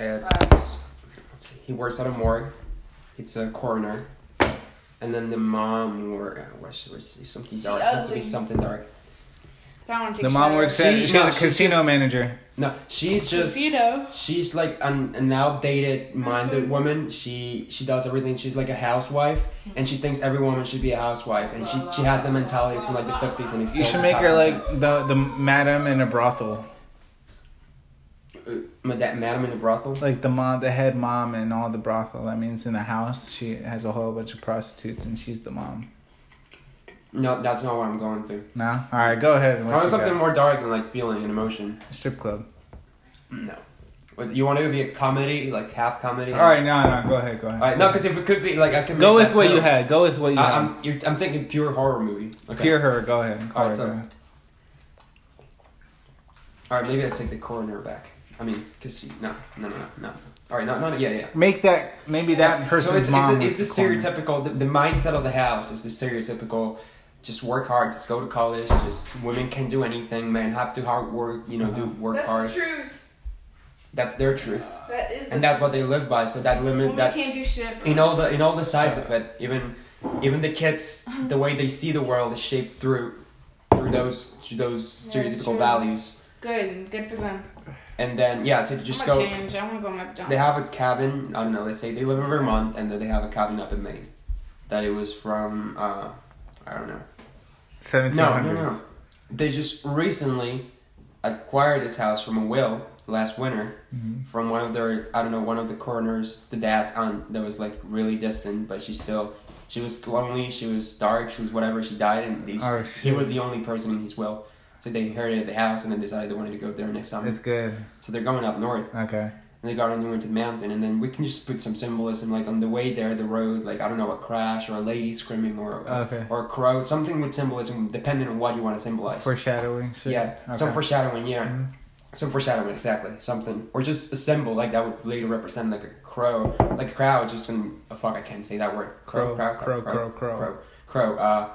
It's he works at a morgue. It's a coroner, and then the mom wor- was was something She dark. has to be ugly. something dark. But I don't want to The mom works at, She- she's no, a she's casino manager. No, she's just Casino. she's like an, an outdated minded woman. She she does everything. She's like a housewife, and she thinks every woman should be a housewife. And she she has the mentality from like the fifties. And it's You still should make her happening. like the, the madam in a brothel. Uh, that madam in a brothel. Like the mom, the head mom in all the brothel. That means in the house, she has a whole bunch of prostitutes and she's the mom. No, that's not what I'm going through. No? Alright, go ahead. I What's want you got? something more dark than like feeling and emotion. Strip club. No. What, you want it to be a comedy, like half comedy? Alright, no, no, go ahead, go ahead. All right. No, because if it could be like I can. Go make with that what too. you had. Go with what you I, had. I'm you're, I'm thinking pure horror movie. Okay. Hear her. Go ahead. Go All right, ahead, so- go ahead. All right. Maybe I take the coroner back. I mean, because no, no, no, no. All right. No, no. Yeah, yeah. Make that maybe that person's so it's, mom. It's, was it's the the corner. stereotypical. The, the mindset of the house is the stereotypical. Just work hard. Just go to college. Just women can do anything. Men have to hard work. You know, do work That's hard. the truth. That's their truth, That is. The and that's what they live by. So that limit Woman that can't do shit. in all the in all the sides of it, even even the kids, the way they see the world is shaped through through those through those Yeah, that's stereotypical true. values. Good. Good for them. And then yeah, to just I'm gonna go. change. I want to go McDonald's. They have a cabin. I don't know. They say they live in Vermont, and then they have a cabin up in Maine. That it was from. Uh, I don't know. No, 1700s. no, no. They just recently acquired this house from a will last winter Mhm. from one of their I don't know one of the coroners, the dad's aunt that was like really distant, but she still she was lonely, she was dark, she was whatever. She died, and they just- Oh, he shit. was the only person in his will. So they inherited the house and then decided they wanted to go there next summer. It's good. so they're going up north Okay. and they got on the Winter Mountain, and then we can just put some symbolism, like on the way there, the road, like I don't know, a crash or a lady screaming or Okay. or a crow, something with symbolism, depending on what you want to symbolize. Foreshadowing. Shit. yeah, Okay. some foreshadowing, yeah, Mhm. some foreshadowing, exactly, something, or just a symbol like that would later represent like a crow, like a crowd, just when oh, fuck I can't say that word, crow, Crow, crow, crow, crow, crow, crow, crow. crow, crow. Uh,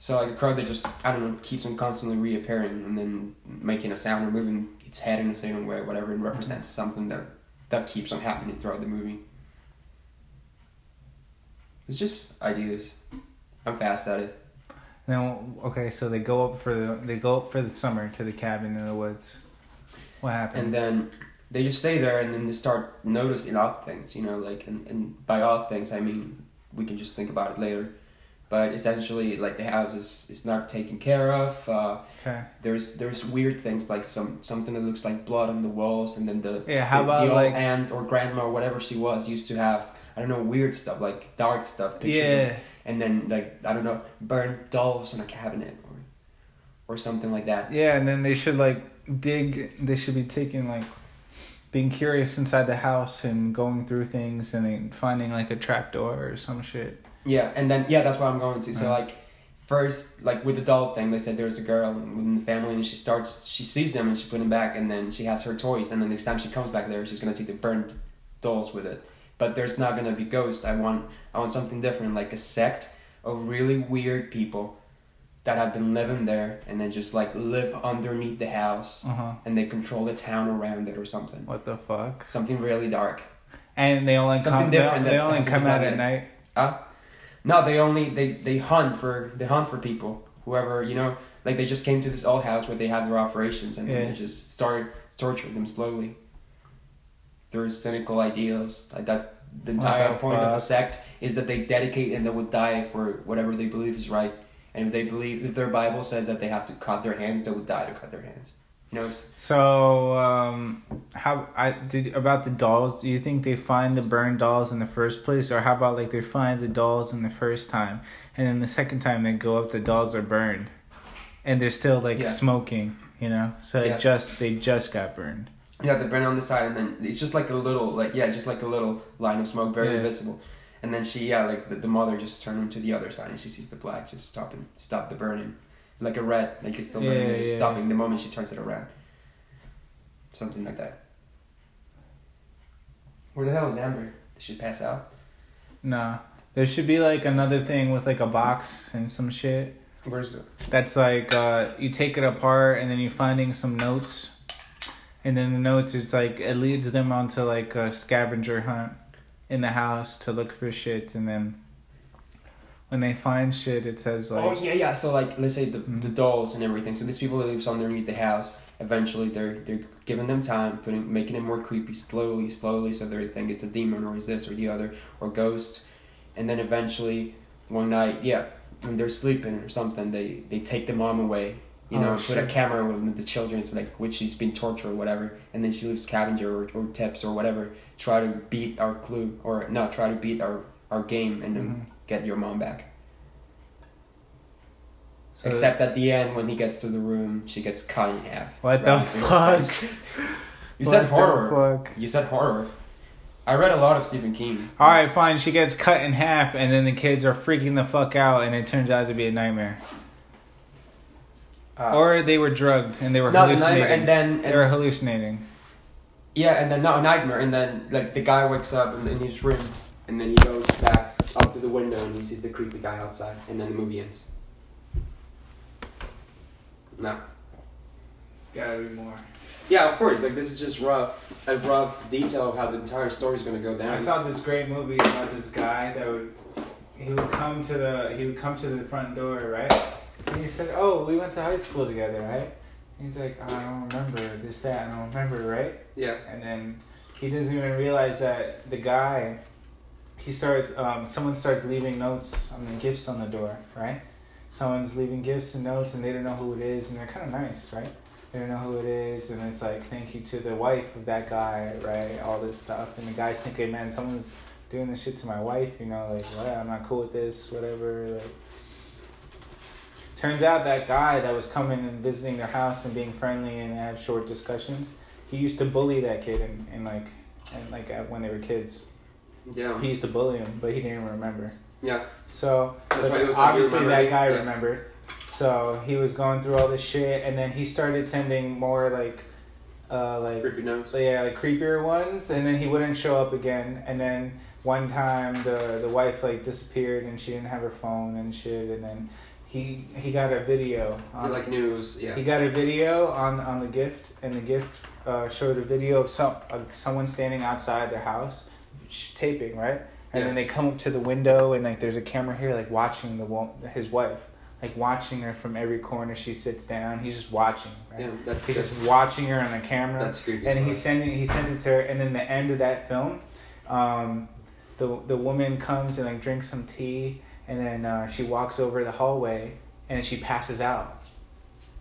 so like a crow that just I don't know keeps on constantly reappearing and then making a sound or moving its head in a certain way, whatever it represents, Mm-hmm. something that that keeps on happening throughout the movie. It's just ideas. I'm fast at it. Now, okay, so they go up for the they go up for the summer to the cabin in the woods. What happens? and then they just stay there and then they start noticing odd things you know like and, and by odd things i mean we can just think about it later but essentially like the house is, is not taken care of uh, okay. there's there's weird things like some something that looks like blood on the walls and then the Yeah, how the, about, the old like- aunt or grandma or whatever she was used to have i don't know weird stuff like dark stuff pictures of- Yeah. and then like i don't know burned dolls on a cabinet or or something like that Yeah, and then they should like dig. They should be taking like being curious inside the house and going through things and then finding like a trap door or some shit. Yeah, and then yeah, that's what I'm going to. So Yeah. like, first like with the doll thing, they said there's a girl within the family, and she starts she sees them and she put them back, and then she has her toys, and then next time she comes back there, she's gonna see the burned dolls with it. But there's not gonna be ghosts. I want I want something different, like a sect of really weird people that have been living there and then just like live underneath the house Uh huh. and they control the town around it or something. What the fuck? Something really dark. And they only Something come. They, different they that only hasn't come been out done yet. at night. Uh, no, they only they they hunt for they hunt for people. Whoever you know, like they just came to this old house where they have their operations, and Yeah. then they just start torturing them slowly through cynical ideals. Like that, the What entire the point of a fuck? sect is that they dedicate and they would die for whatever they believe is right. And if they believe, if their Bible says that they have to cut their hands, they would die to cut their hands. You know, it's- So, um, how I did about the dolls? Do you think they find the burned dolls in the first place, or how about like they find the dolls in the first time, and then the second time they go up, the dolls are burned, and they're still like Yeah. smoking, you know? So Yeah. it just they just got burned. Yeah, the burn on the side, and then it's just like a little, like yeah, just like a little line of smoke, very Yeah. visible. And then she, yeah, like the, the mother just turned him to the other side, and she sees the black just stopping, stop the burning, like a red, like it's still burning, Yeah, it's just yeah. stopping the moment she turns it around. Something like that. Where the hell is Amber? Did she pass out? No, there should be like another thing with like a box and some shit Where's the? that's like uh, you take it apart and then you're finding some notes, And in the notes, it's like it leads them onto like a scavenger hunt in the house to look for shit, and then when they find shit, it says like oh yeah, yeah. So like, let's say the, Mhm. the dolls and everything. So these people that lives underneath the house. Eventually, they're they're giving them time, putting making it more creepy, slowly, slowly. So they think it's a demon or is this or the other or ghosts, and then eventually one night, yeah, when they're sleeping or something, they they take the mom away. You Oh, know, put a shit. camera with the children, so like, which she's been tortured or whatever, and then she leaves scavenger or, or tips or whatever. Try to beat our clue or no, try to beat our our game and then Mhm. get your mom back. so- Except at the end, when he gets to the room, she gets cut in half. What the Right through her fuck? face. you What said the horror. fuck? You said horror. I read a lot of Stephen King. All right, fine. She gets cut in half, and then the kids are freaking the fuck out, and it turns out to be a nightmare. Uh, or they were drugged and they were no, the hallucinating. nightmare, and then they were and, hallucinating. yeah, and then no nightmare, and then like the guy wakes up in, in his room, and then he goes back up to the window and he sees the creepy guy outside, and then the movie ends. No. It's gotta be more. Yeah, of course. Like this is just rough, a rough detail of how the entire story's gonna go down. I saw this great movie about this guy that would he would come to the he would come to the front door, right? And he said, "Oh, we went to high school together, right?" And he's like, oh, "I don't remember this, that, I don't remember, right?" yeah. And then he doesn't even realize that the guy he starts um, someone starts leaving notes on the gifts on the door, right? Someone's leaving gifts and notes and they don't know who it is and they're kinda nice, right? They don't know who it is and it's like thank you to the wife of that guy, right? All this stuff and the guy's thinking, Man, someone's doing this shit to my wife, you know, like what I'm not cool with this, whatever, like Turns out that guy that was coming and visiting their house and being friendly and have short discussions, he used to bully that kid and, and like and like at- when they were kids. Yeah. He used to bully him, but he didn't remember. Yeah. So That's but why it was like, you obviously remember. that guy Yeah. remembered. So he was going through all this shit, and then he started sending more like, uh, like Creepy notes. so yeah, like creepier ones, and then he wouldn't show up again. And then one time the the wife like disappeared and she didn't have her phone and shit. And then he he got a video. On, like news. Yeah. he got a video on on the gift, and the gift uh, showed a video of some of someone standing outside their house, sh- taping right. And then Yeah. they come up to the window, and like there's a camera here, like watching the wo- his wife, like watching her from every corner she sits down. He's just watching. Right? Damn, that's He's that's, just watching her on the camera that's creepy. as and he fuck. sent it, he sent it to her and then the end of that film um, the the woman comes and like drinks some tea and then uh, she walks over the hallway and she passes out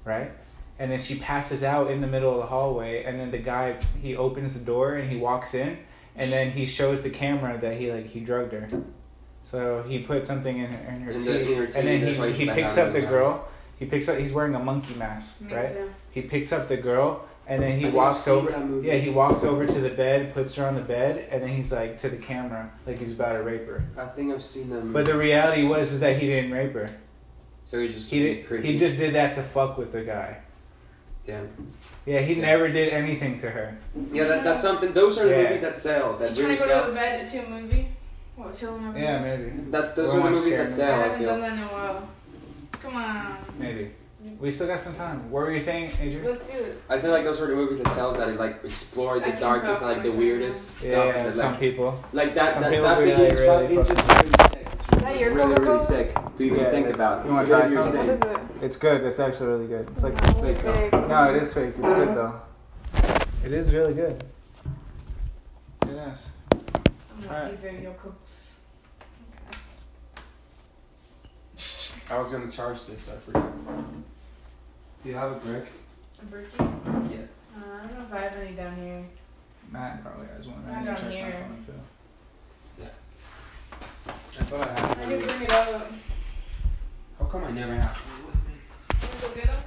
right and then she passes out in the middle of the hallway and then the guy he opens the door and he walks in and then he shows the camera that he like he drugged her so he put something in her, in her In tea the- in her tea, and then that's why he, she he passed picks out up in the the girl he picks up he's wearing a monkey mask Me right too. he picks up the girl and then I he think I've walks seen over. that movie. Yeah, he walks over to the bed, puts her on the bed, and then he's like to the camera, like he's about to rape her. I think I've seen them. But the reality was is that he didn't rape her. so he just He did, creepy. he just did that to fuck with the guy. damn. Yeah, he Yeah. never did anything to her. Yeah, that, that's something. Those are the Yeah. movies that sell. You That trying to really go to sell. bed to a movie? What, chilling over Yeah, maybe, That's those Well, are I'm the movies that I sell. I haven't done feel. that in a while. Come on. maybe. We still got some time. What were you saying, Adrian? Let's do it. I feel like those are the movies that sell that like explore I the can darkest, sell like the my weirdest Yeah, stuff. yeah, that, some like, people. like that. some that people that really, video is really fuck- it's just really sick. It's that your really, really Coca-Cola? sick to even Yeah, think that's- about. you wanna try Really, really some? sick. What is it? It's good. It's actually really good. It's like Oh, it's fake, fake. no, it is fake. It's good though. It is really good. It is. I'm not Alright. eating your cookies. I was gonna charge this. I forgot. Do you have a brick? Berkey? Yeah. Uh, I don't know if I have any down here. Matt probably has one. I need to don't check my hear. phone, too. I thought I had. I can one. bring it out. How come I never have?